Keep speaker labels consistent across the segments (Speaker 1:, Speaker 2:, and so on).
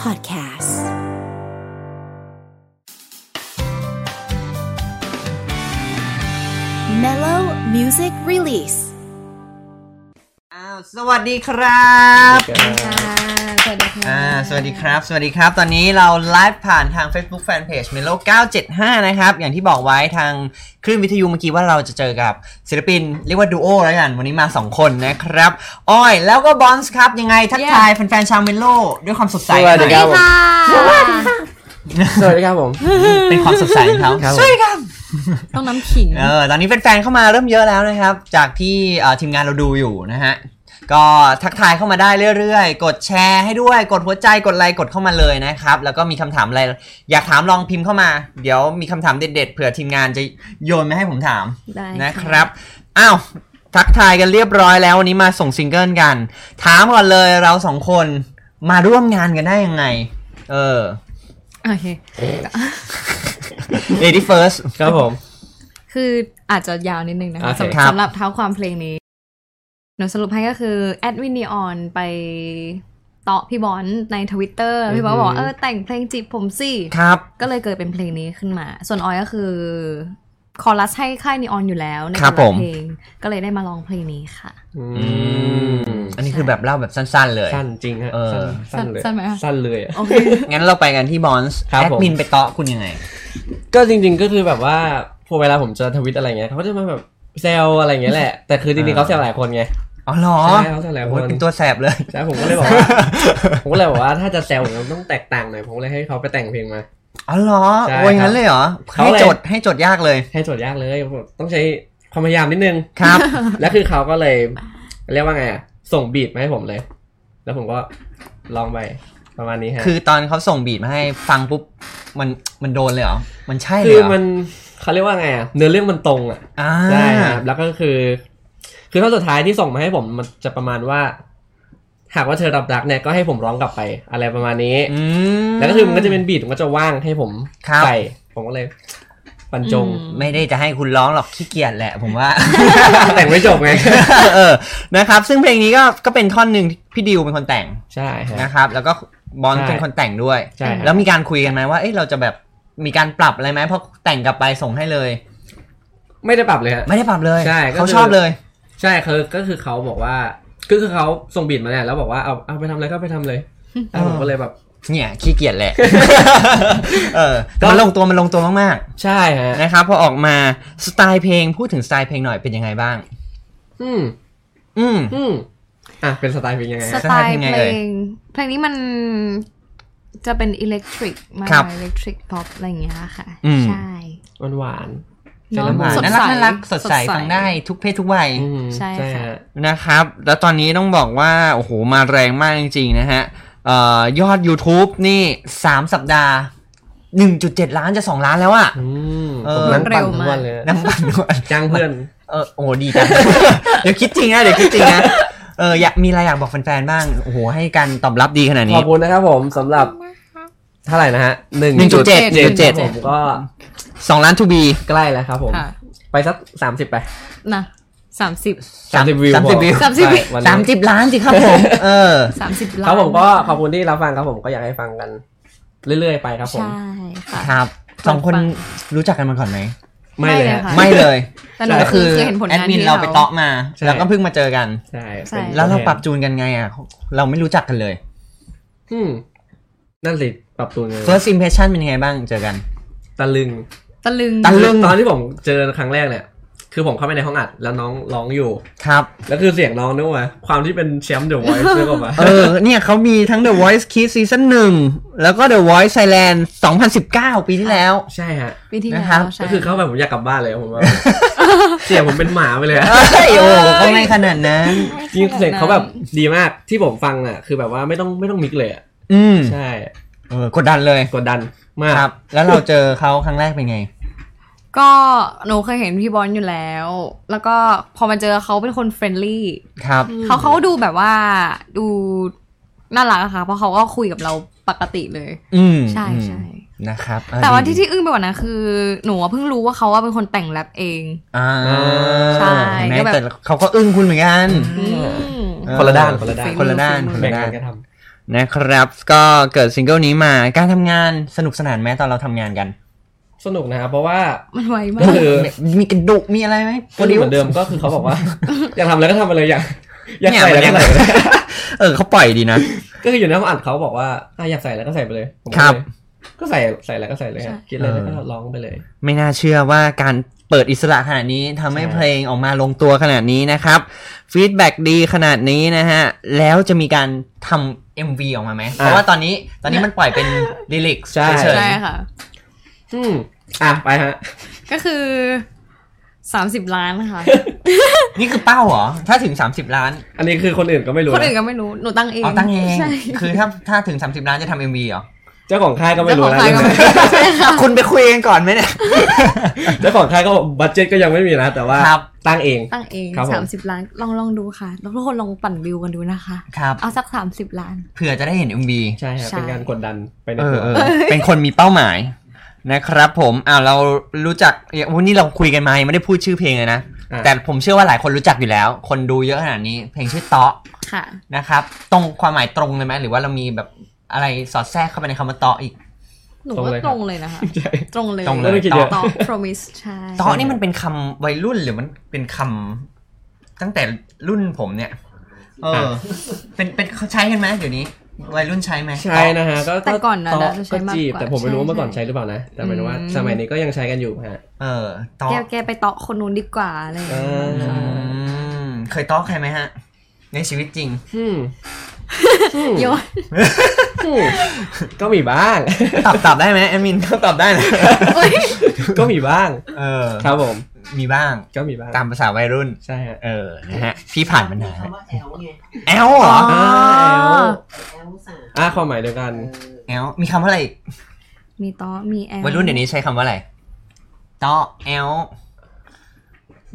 Speaker 1: Podcast Mellow Music Release
Speaker 2: อ้าวสวัสดีครับ
Speaker 1: สวัสดีค่ะ
Speaker 2: อ่า สวัสดีครับ สวัสดีครับ ตอนนี้เราไลฟ์ผ่านทาง Facebook Fanpage Melo 975 นะครับ อย่างที่บอกไว้ทางคลื่นวิทยุเมื่อกี้ว่าเราจะเจอกับศิลปิน เรียกว่าดูโอแล้วกัน วันนี้มา 2 คนนะครับ อ้อยแล้วก็บอนส์ครับ ยังไงทักทายแฟนๆชาวเมโลด้วยความสดใส
Speaker 3: สวัสดีครับ สวัสดีครับผม
Speaker 2: เป็นความสดใสของเขา
Speaker 3: ครับผม
Speaker 2: สวัสดีครับ
Speaker 1: ต้องน้ำขิง
Speaker 2: เออ ตอนนี้แฟนๆเข้ามาเริ่มเยอะแล้วนะครับ จากที่เอ่อทีมงานเราดูอยู่นะฮะ ก็ทักทายเข้ามาได้เรื่อยๆ กดแชร์ให้ด้วย กดหัวใจ กดไลค์ กดเข้ามาเลยนะครับ แล้วก็มีคำถามอะไร อยากถามลองพิมพ์เข้ามา เดี๋ยวมีคำถามเด็ดๆ เผื่อทีมงานจะโยนมาให้ผมถาม
Speaker 1: ได้ค่ะ
Speaker 2: นะครับ อ้าว ทักทายกันเรียบร้อยแล้ววันนี้มาส่งซิงเกิลกัน ถามก่อนเลยเราสองคนมาร่วมงานกันได้ยังไง เออ
Speaker 1: โอเค
Speaker 2: lady first
Speaker 3: ครับผม
Speaker 1: คืออาจจะยาวนิดนึงนะคะ
Speaker 3: โอเค
Speaker 1: สำ
Speaker 2: ครับ
Speaker 1: สำหรับเท้าความเพลงนี้ หนูสรุปให้ก็คือ แอดวินนีออนไปเตาะพี่บอลในทวิตเตอร์พี่บอลบอกว่าเออแต่งเพลงจีบผมสิ
Speaker 2: ครับ
Speaker 1: ก็เลยเกิดเป็นเพลงนี้ขึ้นมา ส่วนออยก็คือ คอรัสให้ค่ายนีออนอยู่แล้วใน
Speaker 2: ครับ
Speaker 1: แต่
Speaker 2: ผ
Speaker 1: ละ
Speaker 2: ม
Speaker 1: เพลง ก็เลยได้มาลองเพลงนี้ค่ะ
Speaker 2: อืม อันนี้คือแบบเล่าแบบสั้นๆเลย
Speaker 3: สั้นจริงฮะ
Speaker 2: เออ
Speaker 1: สั้
Speaker 3: สั้
Speaker 1: น
Speaker 3: นเลย
Speaker 1: สั้นไหมคะ
Speaker 3: สั้นเลยอะ
Speaker 1: โอเค
Speaker 2: งั้นเราไปกันที่บอนส์
Speaker 3: ครับ
Speaker 2: แอด
Speaker 3: ผม
Speaker 2: มินไปเตาะคุณยังไง
Speaker 3: ก็จริง ๆ ก็คือแบบว่าพอเวลาผมจะทวิตอะไรเงี้ยเขาก็จะมาแบบแซวอะไรเงี้ยแหละ แต่คือจริงๆเขาแซวหลายคนไง
Speaker 2: อ๋อเหรอ
Speaker 3: ใช่เขาแถลง
Speaker 2: โอ้ย
Speaker 3: คน
Speaker 2: เป็นตัวแสบเลย
Speaker 3: ใช่ผมก็เลยบอกว่า ผมก็เลยบอกว่าถ้าจะแซวผมต้องแตกต่างหน่อยผมเลยให้เขาไปแต่งเพลงมา
Speaker 2: อ๋อเหรอ
Speaker 3: ใช่
Speaker 2: โอ้ยงั้นเลยเหรอ
Speaker 3: เขา
Speaker 2: ให้
Speaker 3: เลย
Speaker 2: จดให้จดยากเลย
Speaker 3: ให้โจทย์ยากเลยผมต้องใช้ความพยายามนิดนึง
Speaker 2: ครับ
Speaker 3: แล้วคือเขาก็เลย เรียกว่าไงอะส่งบีทมาให้ผมเลย แล้วผมก็ลองไปประมาณนี้ฮะ
Speaker 2: คือตอนเขาส่งบีทมาให้ฟังปุ๊บ มันมันโดนเลยเหรอ มันใช่เลย
Speaker 3: คือ
Speaker 2: เหรอ
Speaker 3: มันเขาเรียกว่าไงอ่ะเนื้อเรื่องมันตรงอ่ะ
Speaker 2: อ่า
Speaker 3: ใช่ครับแล้วก็คือ คือท่อนสุดท้ายที่ส่งมาให้ผมมันจะประมาณว่า หากว่าเธอรับรักเนี่ยก็ให้ผมร้องกลับไป อะไรประมาณนี้
Speaker 2: อืม
Speaker 3: แล้วก็คือมันก็จะเป็นบีทมันก็จะว่างให้ผม
Speaker 2: ครับ
Speaker 3: ใส่ผมก็เลยบรรจง
Speaker 1: อื
Speaker 2: ไม่ได้จะให้คุณร้องหรอกขี้เกียจแหละผมว่า
Speaker 3: แต่งไม่จบ ไง
Speaker 2: เออ นะครับ ซึ่งเพลงนี้ก็ก็เป็นท่อนหนึ่งที่พี่ดิวเป็นคนแต่ง
Speaker 3: ใช่ฮะ
Speaker 2: นะครับ แล้วก็บอน
Speaker 3: ใช่
Speaker 2: เป็นคนแต่งด้วย
Speaker 3: ใช่ฮะ
Speaker 2: แล้วมีการคุยกันไหมว่า เอ้ยเราจะแบบมีการปรับอะไรไหมเพราะแต่งกลับไปส่งให้เลย
Speaker 3: ไม่ได้ปรับเลยฮะ
Speaker 2: ไม่ได้ปรับเลย
Speaker 3: ใช่ก็คือ
Speaker 2: เขาชอบเลย
Speaker 3: ใช่คือก็คือเขาบอกว่าก็คือเขาส่งบีทมาเนี่ยแล้วบอกว่าเอาเอาไปทำอะไรก็ไปทำเลยแล้วผมก็เลยแบบ
Speaker 2: เนี่ยขี้เกียจ แหละ เออแต่มันลงตัวมันลงตัวมาก
Speaker 3: ใช่ฮะ
Speaker 2: ๆนะครับพอออกมาสไตล์เพลงพูดถึงสไตล์เพลงหน่อยเป็นยังไงบ้าง
Speaker 3: อืม
Speaker 2: อืม
Speaker 3: อืมอ่ะเป็นสไตล์เป็นยังไง
Speaker 1: ส
Speaker 3: ฮะ
Speaker 1: ไตล์
Speaker 2: ยังไง
Speaker 1: เพล
Speaker 2: เอ่ย
Speaker 1: ง เพลงนี้มันจะเป็นอิเล็กทริกมา
Speaker 2: ครับ
Speaker 1: อิเล็กทริกป๊อปอะไรอย่างเงี้ยค่ะ
Speaker 2: อืม
Speaker 1: ใช่
Speaker 3: มันหวาน
Speaker 1: เอะ
Speaker 3: ลำบาก
Speaker 1: สด
Speaker 2: น่ารัก
Speaker 1: ใส
Speaker 2: น่ารักสดใสฟังได้ทุกเพศทุกวัย
Speaker 3: อืม
Speaker 1: ใช่ค่ะ
Speaker 3: ฮะ
Speaker 2: นะครับ แล้วตอนนี้ต้องบอกว่า โอ้โห มาแรงมากจริงๆนะฮะเอ่อยอด YouTube นี่ 3 สัปดาห์ 1.7 ล้านจะ 2 ล้านแล้วอะ
Speaker 3: อืม
Speaker 2: เออ
Speaker 3: ผมนั่งปั่นทุกวันเลยนะ
Speaker 2: นั่งปั่นด้วย
Speaker 3: จ้างเพื่อน
Speaker 2: เออโอ้โหดีจัง เดี๋ยวคิดจริงนะเดี๋ยวคิดจริงนะเอออยากมีอะไรอยากบอกแฟนๆบ้างโอ้โหให้การตอบรับดีขนาด
Speaker 3: ข
Speaker 2: นี้
Speaker 3: อบคุณนะครับผมสำหรับ เท่าไหร่นะฮะหนึ่ง
Speaker 2: 1.7
Speaker 1: 1.7
Speaker 3: ผมก็
Speaker 2: สองล้านทูบี
Speaker 3: ใกล้แล้วครับผม
Speaker 1: ค่ะ
Speaker 3: ไปสักสามสิบไป
Speaker 1: นะสามสิบ
Speaker 3: สามสิบวิว
Speaker 2: สามสิบวิว
Speaker 1: สามสิบวิว
Speaker 3: ใช่วัน
Speaker 2: สาม
Speaker 3: นี้
Speaker 2: สิบล้านสิครับผม เออ
Speaker 1: สามสิบล้าน
Speaker 3: ครับผมก็ขอบคุณที่รับฟังครับผมก็อยากให้ฟังกัน เรื่อยๆไปครับผม
Speaker 1: ใช่ค่ะ
Speaker 2: ครับ
Speaker 1: ขอบคุณ
Speaker 2: สองคน
Speaker 1: ฟัง
Speaker 2: รู้จักกันมาก่อนไหม
Speaker 3: ไม่เลย
Speaker 1: ไม่เลย
Speaker 2: ไม่เลย
Speaker 1: ค่ะ
Speaker 3: ฮะ
Speaker 1: แต่หนู
Speaker 2: ก็
Speaker 1: คือเคยเห็นผ
Speaker 2: แอง
Speaker 1: ลา
Speaker 2: ด
Speaker 1: น
Speaker 2: มิน
Speaker 1: ที่
Speaker 2: เราไปเตาะมา
Speaker 3: ใช่
Speaker 2: แล้วก็เพิ่งมาเจอกัน
Speaker 3: ใช่
Speaker 1: ใช่
Speaker 3: เป็น
Speaker 2: แล้วเราปรับจูนกันไงอ่ะ เราไม่รู้จักกันเลย
Speaker 3: อืมนั่นสิปรับตัวเลย
Speaker 2: first impression เป็นยังไงบ้างเจอกัน
Speaker 3: ตะลึง
Speaker 1: ตะลึง
Speaker 2: ตะลึง
Speaker 3: ตอนที่ผมเจอครั้งแรกเนี่ย คือผมเข้าไปในห้องอัดแล้วน้องร้องอยู่
Speaker 2: ครับ
Speaker 3: แล้วคือเสียงน้องนึกว่าความที่เป็นแชมป์เดอะไวท์นึกออกมา
Speaker 2: เออ เนี่ยเขามีทั้ง The Voice Kids Season 1 แล้วก็ The Voice Thailand 2019 ปีที่แล้ว
Speaker 3: ใช่ฮะ
Speaker 1: วิธีแล้
Speaker 2: นะครับ
Speaker 1: วใช่
Speaker 3: ก็คือเข้าไปผมอยากกลับบ้านเลย ผมว่า เสียงผมเป็นหมาไปเลยอะ
Speaker 2: เอ้ยโอ้โหก็ไม่ขนาดนั้น
Speaker 3: จริงๆเสียงเขาแบบดีมากที่ผมฟังอ่ะ คือแบบว่าไม่ต้องไม่ต้องมิกเลยอ่ะ
Speaker 2: อืม
Speaker 3: ใช่
Speaker 2: เออกดดันเลย
Speaker 3: กดดันมาก
Speaker 2: ครับ แล้วเราเจอเขาครั้งแรกเป็นไง
Speaker 1: ก็หนูเคยเห็นพี่บอลอยู่แล้ว แล้วก็พอมาเจอเขาเป็นคนเฟรนลี่
Speaker 2: ครับ
Speaker 1: เขาเขาดูแบบว่าดูน่ารักอะค่ะ เพราะเขาก็คุยกับเราปกติเลย
Speaker 2: อืม
Speaker 1: ใช่
Speaker 2: อืม
Speaker 1: ใช่
Speaker 2: นะครับเออ
Speaker 1: แต่ว่า
Speaker 2: ดี
Speaker 1: ที่ที่อึ้งไปกว่านั้นคือ หนูอะเพิ่งรู้ว่าเขาว่าเป็นคนแต่งแรปเอง
Speaker 2: อ่า
Speaker 1: ใช่
Speaker 2: แม
Speaker 1: ก็แบบ
Speaker 2: แต่เขาก็อึ้งคุณเหมือนกัน
Speaker 1: อืม
Speaker 2: เออ
Speaker 3: คนละด้านคนละด้าน
Speaker 2: คนละด้าน คน
Speaker 3: แบ่
Speaker 2: ละ
Speaker 3: ง
Speaker 2: ด้า
Speaker 3: กัน นก็ท
Speaker 2: นะครับ ก็เกิดซิงเกิลนี้มาการทำงานสนุกสนานไหมตอนเราทำงานกัน
Speaker 3: สนุกนะครับเพราะว่า
Speaker 1: มันไวมา
Speaker 3: ก็
Speaker 1: ก
Speaker 3: คือ
Speaker 2: มีกระดุกมีอะไรไหม
Speaker 3: ก็เหมือนเดิมก็คือเขาบอกว่า อยากทำอะไรก็ทำไปเลยอยากอยาก
Speaker 2: เนี่ย
Speaker 3: ใส่
Speaker 2: มั
Speaker 3: อะ
Speaker 2: น
Speaker 3: ไร
Speaker 2: ยั
Speaker 3: ก็
Speaker 2: ง
Speaker 3: ใส่ไปเลย
Speaker 2: เออเขาปล่อยดีนะ
Speaker 3: ก็คืออยู่ในห้องอัดเขาบอกว่าอ่ะอยากใส่อะไรก็ใส่ไปเลยผมก็
Speaker 2: ครับ
Speaker 3: เลยก็ใส่ใส่อะไรก็ใส่เลยฮะ
Speaker 1: ใช่
Speaker 3: คิดอะไรแล้ว
Speaker 2: เออ
Speaker 3: ก็ร้องไปเลย
Speaker 2: ไม่น่าเชื่อว่าการเปิดอิสระขนาดนี้ทำให้
Speaker 3: ใช่
Speaker 2: เพลงออกมาลงตัวขนาดนี้นะครับฟีดแบ็กดีขนาดนี้นะฮะ แล้วจะมีการทำ MV ออกมาไหมเพราะว่าตอนนี้ตอนนี้มันปล่อยเป็นลิลิกเฉย
Speaker 1: ใช่ค่ะ
Speaker 3: อืมอ่ะไปฮะ
Speaker 1: ก็คือสามสิบล้านค่ะ
Speaker 2: ๆนี่คือเป้าเหรอ ถ้าถึง 30 ล้าน
Speaker 3: อันนี้คือคนอื่นก็ไม่รู้
Speaker 1: คนอื่น
Speaker 3: นะ
Speaker 1: ก็ไม่รู้หนูตั้งเอง
Speaker 2: เอาตั้งเอง
Speaker 1: ใช่
Speaker 2: คือถ้าถ้าถึง 30 ล้านจะทำ MV เหรอ
Speaker 3: เจ้าของค่ายก็ไม่
Speaker 1: เจ้าข
Speaker 3: รู้
Speaker 1: อง
Speaker 3: นะ
Speaker 1: ใครก็ไม่รู้ใช่ค่ะ
Speaker 2: คุณไปคุยกันก่อนไหมเนี่ย
Speaker 3: เจ้าของค่ายก็บอกบัตเจ็ตก็ยังไม่มีนะแต่ว่า
Speaker 2: ครับ
Speaker 3: ตั้งเอง
Speaker 1: ตั้งเอง
Speaker 3: ครับผม
Speaker 1: สามสิบล้านลองลองดูค่ะแล้วทุกคนลองปั่นวิวกันดูนะคะ
Speaker 2: ครับ
Speaker 1: เอาสักสามสิบล้าน
Speaker 2: เผื่อจะได้เห็น MV
Speaker 3: ใช่ครับ
Speaker 1: ใช่
Speaker 3: เป็นการกดดันไปใน
Speaker 2: เอ
Speaker 3: ตั
Speaker 2: อ
Speaker 3: ว
Speaker 2: เออเป็นคนมีเป้าหมายนะครับผมอ้าวเรารู้จักเอ้ยวันนี้เราคุยกันมายังไม่ได้พูดชื่อเพลงเลยนะ
Speaker 3: ะ
Speaker 2: แต่ผมเชื่อว่าหลายคนรู้จักอยู่แล้ว คนดูเยอะขนาดนี้ เพลงชื่อเตาะ
Speaker 1: ค่ะ
Speaker 2: นะครับ ตรงความหมายตรงเลยไหมหรือว่าเรามีแบบอะไรสอดแทรกเข้าไปในคำว่าเตาะอีก
Speaker 1: หนู
Speaker 3: ตรง
Speaker 1: ว่า
Speaker 3: เลยครับ
Speaker 1: ตรงเลยนะคะ
Speaker 3: ใช่
Speaker 1: ตรงเลย
Speaker 2: ตรงเลย
Speaker 3: ไม่ต้องคิดเยอะ
Speaker 1: ต่อ promise ใช่
Speaker 2: เตาะนี่มันเป็นคำวัยรุ่นหรือมันเป็นคำตั้งแต่รุ่นผมเนี่ย เออ เป็นเป็นเขาใช้กันไหมเดี๋ยวนี้ วัยรุ่นใช้ไหม
Speaker 3: ใช่นะฮะก็
Speaker 1: แต่ก่อนนะ
Speaker 3: ต่
Speaker 1: น่าจะใช้มาก
Speaker 3: จีบ
Speaker 1: กว่า
Speaker 3: แต่ผมไม่รู้ว่าเมื่อก่อน
Speaker 1: ใช่
Speaker 3: ใช้หรือเปล่านะ แต่หมายถึงว่า
Speaker 1: อืม
Speaker 3: สมัยนี้ก็ยังใช้กันอยู่ฮะ
Speaker 2: เออ
Speaker 1: แก
Speaker 2: เตาะ
Speaker 1: แกไปเตาะคนนู้นดีกว่าอะไรอย่างเงี้ย
Speaker 3: อ่า
Speaker 2: อืมเคยเตาะใครไหมฮะ ในชีวิตจริง
Speaker 3: อืมอืม
Speaker 1: โยน
Speaker 3: อืมก็มีบ้าง
Speaker 2: ตอบตอบได้ไหมแอดมินก็ตอบได้นะ
Speaker 1: อุ๊ย
Speaker 3: ก็มีบ้าง
Speaker 2: เออ
Speaker 3: ครับผม
Speaker 2: มีบ้าง
Speaker 3: ก็มีบ้าง
Speaker 2: ตามภาษาวัยรุ่น
Speaker 3: ใช่ฮะ
Speaker 2: เออ นะฮะ พี่ผ่านมันนาน
Speaker 4: คำว่าแอลไง
Speaker 2: แอลเหรอ
Speaker 3: อ๋อ
Speaker 4: แอลสาม
Speaker 3: อ่ะความหมายเดียวกัน
Speaker 2: แอล มีคำว่าอะไรอีก
Speaker 1: มีเตาะมีแอล
Speaker 2: วัยรุ่นเดี๋ยวนี้ใช้คำว่าอะไรตอแอล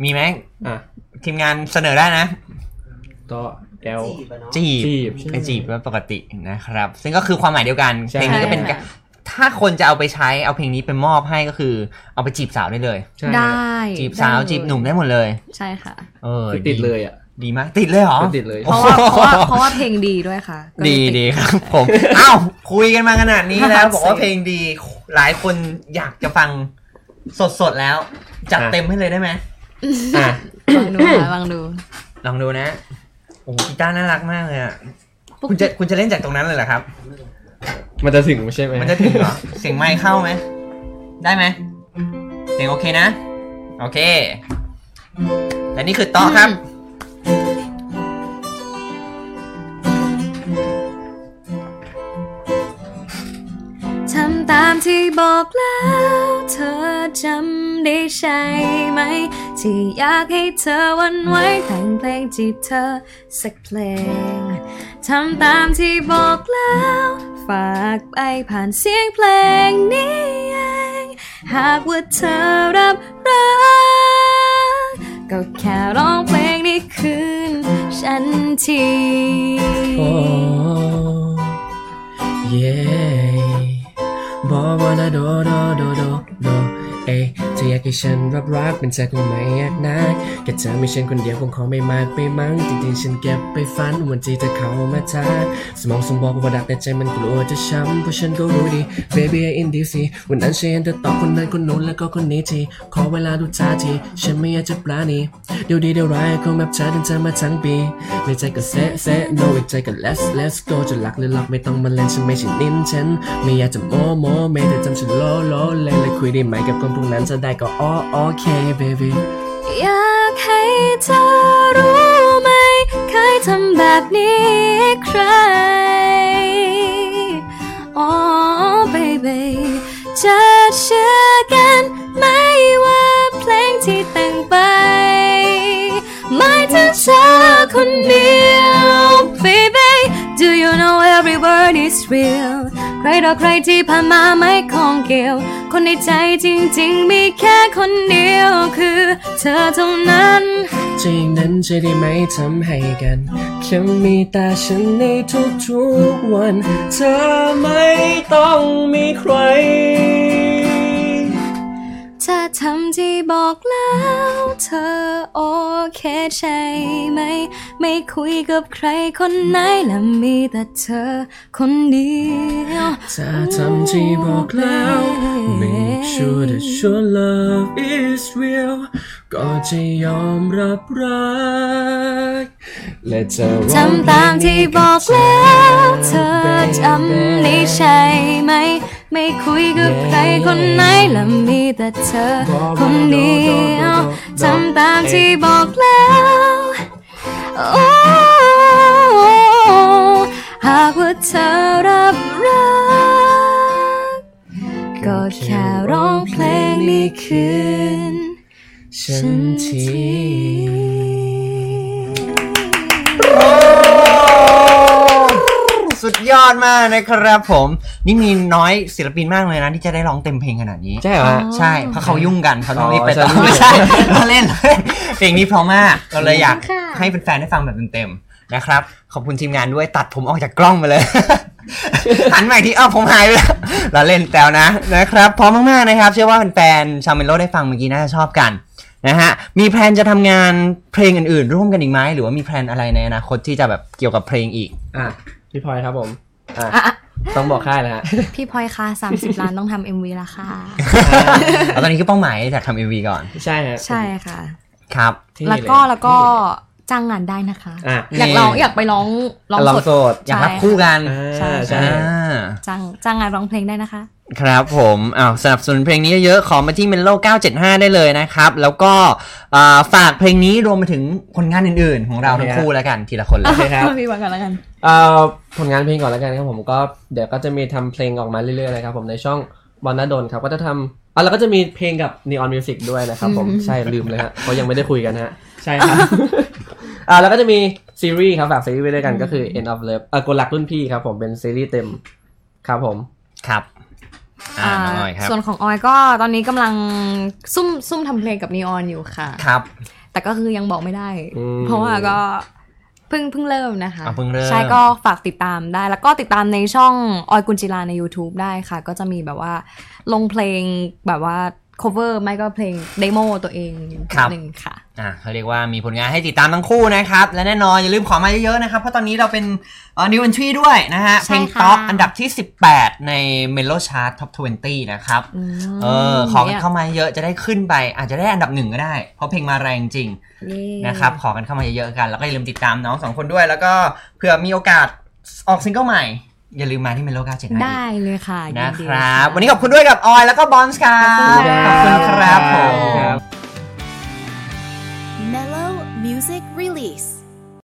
Speaker 2: มีไหม
Speaker 3: อ่ะ
Speaker 2: ทีมงานเสนอได้นะ
Speaker 3: ต่อแอล
Speaker 4: จีบอะเนาะ
Speaker 2: จี
Speaker 3: จี
Speaker 2: บบ
Speaker 3: ใช่
Speaker 2: ไอจีบก็ปกตินะครับ ซึ่งก็คือความหมายเดียวกัน
Speaker 3: ใช่
Speaker 2: เพลงนี้ก็เป็น
Speaker 1: ใช่ค่ะ
Speaker 2: ถ้าคนจะเอาไปใช้เอาเพลงนี้ไปมอบให้ก็คือ เอาไปจีบสาวได้เลย
Speaker 3: ใช่ฮะ
Speaker 1: ได้
Speaker 2: จีบสาว
Speaker 1: ได้เลย
Speaker 2: จีบหนุ่มได้หมดเลย
Speaker 1: ใช่ค่ะ
Speaker 2: เออ
Speaker 3: คือติดเลยอ่ะ
Speaker 2: ดีมาก ติดเลยเหรอ
Speaker 3: ติดเลย
Speaker 1: เพราะว่าเพราะว่าเพราะว่าเพลงดีด้วยค่ะก็เลย
Speaker 2: ดี
Speaker 1: ติ
Speaker 2: ดีครับ ผม อ้าวคุยกันมาขนาดนี้แล้ว บอกว่าเพลงดี หลายคนอยากจะฟังสดๆแล้ว จัด
Speaker 3: อ่ะ
Speaker 2: เต็มให้เลยได้ไหม
Speaker 3: อ่ะ
Speaker 1: ลองดูค่ะลองดู
Speaker 2: ลองดูนะโอ้โหกีตาร์น่ารักมากเลยอ่ะคุณจะคุณจะเล่นจากตรงนั้นเลยเหรอครับ
Speaker 3: มันจะถึงใช่ไหม
Speaker 2: มันจะถึงเหรอ เสียงไมค์เข้าไหม ได้ไหม เสียงโอเคนะ โอเค และนี่คือต่อครับ
Speaker 1: ทำตามที่บอกแล้ว เธอจำได้ใช่ไหม ที่อยากให้เธอหวันไหว้แต่งเพลงจีบเธอสักเพลงทำตามที่บอกแล้ว ฝากไปผ่านเสียงเพลงนี้เอง หากว่าเธอรับรัก ก็แค่ร้องเพลงนี้คืนฉันที
Speaker 3: โอ้เย่บอกว่านะโดโดโดโดโดเอ้ยเธออยากให้ฉันรับรักเป็นใจคงไม่ยากนักแค่เธอมีฉันคนเดียวคงขอไม่มากไปมั้งจริงๆฉันเก็บไปฝันวันที่เธอเข้ามาทักสมองสมบอกว่าดักแต่ใจมันกลัวจะช้ำเพราะฉันก็รู้ดี baby I in DC วันนั้นฉันเห็นเธอตอบคนนั้นคนนู้นแล้วก็คนนี้ทีขอเวลาดูท่าทีฉันไม่อยากจะปลาณีเดี๋ยวดีเดี๋ยวร้ายคงแบบเธอเดินเจอมาทั้งปี ในใจก็เซะเซะ no อีกใจก็ let's let's go จะรักหรือหลอกไม่ต้องมาเล่นฉันไม่ใช่นินเทนไม่อยากจะโมโมไม่แต่จำฉันโลโลเลยเลยคุยได้ไหมกับคนพวกนั้นจะได้ก็อ๋อโอเค baby
Speaker 1: อยากให้เธอรู้ไหม เคยทำแบบนี้ใคร โอ้ baby จะเชื่อกันไหมว่าเพลงที่แต่งไปหมายถึงเธอคนเดียว baby do you know every word is real ใครต่อใครที่ผ่านมาไม่คองเกี่ยว คนในใจจริงๆ มีแค่คนเดียวคือเธอเท่านั้น
Speaker 3: จริงนั้นจะได้ไหมทำให้กันแค่มีตาฉันในทุกๆวัน เธอไม่ต้องมีใคร
Speaker 1: เธอทำ ที่บอกแล้ว เธอโอเคใช่ไหม ไม่คุยกับใครคนไหนและมีแต่เธอคนเดียว
Speaker 3: ถ้าทำที่บอกแล้ว Make sure that your love is real ก็จะยอมรับรักและจะร้อง
Speaker 1: ทำ
Speaker 3: เพล
Speaker 1: ตาม
Speaker 3: งนี้
Speaker 1: ที่บอกแล้ว เธอจำได้ใช่ไหม ไม่คุยกับใครคนไหนและมีแต่เธอคนเดียวทำตามที่บอกแล้วโอ้หากว่าเธอรับรัก ก็แค่ร้องเพลงนี้คืน
Speaker 3: ฉันที
Speaker 2: สุดยอดมากนะครับผม นี่มีน้อยศิลปินมากเลยนะที่จะได้ร้องเต็มเพลงขนาดนี้
Speaker 3: ใช่เหรอฮะ
Speaker 2: ใช่เพราะเขายุ่งกันเขาต้องรีบไป
Speaker 3: อ๋อ
Speaker 2: ต่อ
Speaker 3: ใช่
Speaker 2: ไม่ใช่เราเล่นเราเล่น เพลงนี้เพราะมากเราเลยอยาก
Speaker 1: ค่ะ
Speaker 2: ให้แฟนๆได้ฟังแบบเต็มๆนะครับ ขอบคุณทีมงานด้วยตัดผมออกจากกล้องไปเลย หันใหม่ที่อ้าวผมหายไปแล้วเราเล่นแต้วนะนะครับพร้อมมากๆนะครับ เชื่อว่าแฟนๆชาวเมนโลได้ฟังเมื่อกี้น่าจะชอบกันนะฮะมีแพลนจะทำงานเพลงอื่นๆ ร่วมกันอีกไหมหรือว่ามีแพลนอะไรในอนาคตที่จะแบบเกี่ยวกับเพลงอีก
Speaker 3: อ่ะ พี่พลอยครับผมอ่ะ
Speaker 1: อ่ะอ่ะ
Speaker 3: ต้องบอกค่ายแล้วฮะ
Speaker 1: พี่พลอยคะ30 ล้านต้องทำ MV ละค่ะ
Speaker 2: แล้วตอนนี้ก็เป้าหมายอยากทำเอ็มวีก่อน
Speaker 3: ใช่ฮะ
Speaker 1: ใช่ค่ะ
Speaker 2: ครับ
Speaker 3: ที่
Speaker 1: แล้วก็
Speaker 3: เย
Speaker 1: แล้วก็จ้างงานได้นะคะ
Speaker 3: อ่ะ
Speaker 1: อยากร้อง
Speaker 2: นี่
Speaker 1: อยากไปร้องร้อง
Speaker 3: ลอง
Speaker 1: ส
Speaker 3: ส
Speaker 1: ด
Speaker 3: ด
Speaker 2: อยากรับ
Speaker 1: ใช่
Speaker 2: คู่กัน
Speaker 3: อ่า
Speaker 1: ใช่
Speaker 3: ใช่
Speaker 2: อ่า
Speaker 1: จ้างจ้างงานร้องเพลงได้นะคะ
Speaker 2: ครับผมอ้าวสนับสนุนเพลงนี้เยอะๆ ขอมาที่ Melo 975 ได้เลยนะครับ แล้วก็เอ่อฝากเพลงนี้รวมไปถึงผลงานอื่นๆ ของเรา
Speaker 3: โอเค
Speaker 2: ทั้ง
Speaker 3: ฮะ
Speaker 2: คู่แล้วกันทีละคนเลย
Speaker 3: โอเคครับ
Speaker 1: พี่วันก่อนแล้วกัน
Speaker 3: เอ่อผลงานเพลงก่อนแล้วกันครับผมก็เดี๋ยวก็จะมีทำเพลงออกมาเรื่อยๆนะครับผมในช่องบอลนาดนครับก็จะทำอ่ะแล้วก็จะมีเพลงกับ Neon Music ด้วยนะครับ ผมใช่ลืมเลยฮะเพราะยังไม่ได้คุยกันฮะใช่ครับ อ่าแล้วก็จะมีซีรีส์ครับฝากซีรีส์ไว้ด้วยกันก็คือ End of Love อ่ะกดหลักรุ่นพี่ครับผมเป็นซีรีส์เต็มครับผม
Speaker 2: ครับ อ่าน้องออยครับ
Speaker 1: ส่วนของออยก็ตอนนี้กำลังซุ่มซุ่มทำเพลงกับนีออนอยู่ค่ะ
Speaker 2: ครับ
Speaker 1: แต่ก็คือยังบอกไม่ได้
Speaker 3: อืม
Speaker 1: เพราะว่าก็เพิ่งเพิ่งเริ่มนะคะ
Speaker 2: อ่ะเพิ่งเริ่ม
Speaker 1: ใช่ก็ฝากติดตามได้ แล้วก็ติดตามในช่องออยกุญจิลาใน YouTube ได้ค่ะ ก็จะมีแบบว่าลงเพลงแบบว่า cover ไม่ก็เพลงเดโมตัวเอง
Speaker 2: ครับ
Speaker 1: หนึ่งค่ะ
Speaker 2: อ่ะเขาเรียกว่ามีผลงานให้ติดตามทั้งคู่นะครับ และแน่นอนอย่าลืมขอมาเยอะๆนะครับ เพราะตอนนี้เราเป็นเอ่อ new entry ด้วยนะฮะเพ
Speaker 1: ใช่
Speaker 2: ลง
Speaker 1: ค่ะ
Speaker 2: ท็อปอันดับที่ 18 ใน Melo Chart Top 20 นะครับ
Speaker 1: ม
Speaker 2: เออขอกัน
Speaker 1: นี่ย
Speaker 2: เข้ามาเยอะจะได้ขึ้นไป อาจจะได้อันดับหนึ่งก็ได้ เพราะเพลงมาแรงจริง
Speaker 1: เย้
Speaker 2: นะครับขอกันเข้ามาเยอะๆกัน แล้วก็อย่าลืมติดตามน้องสองคนด้วย แล้วก็เผื่อมีโอกาสออกซิงเกิลใหม่ อย่าลืมมาที่เมโลกาเจ็ดนะ
Speaker 1: ได้เลยค่ะยิ
Speaker 2: นะ
Speaker 1: ดี
Speaker 2: ครับ
Speaker 1: ะ
Speaker 2: วันนี้ขอบคุณด้วยกับออยแล้วก็บอนส์ครับ
Speaker 1: ขอบคุณ
Speaker 2: ข
Speaker 1: ค่ะ
Speaker 2: อบคุณครับผม
Speaker 3: ครับ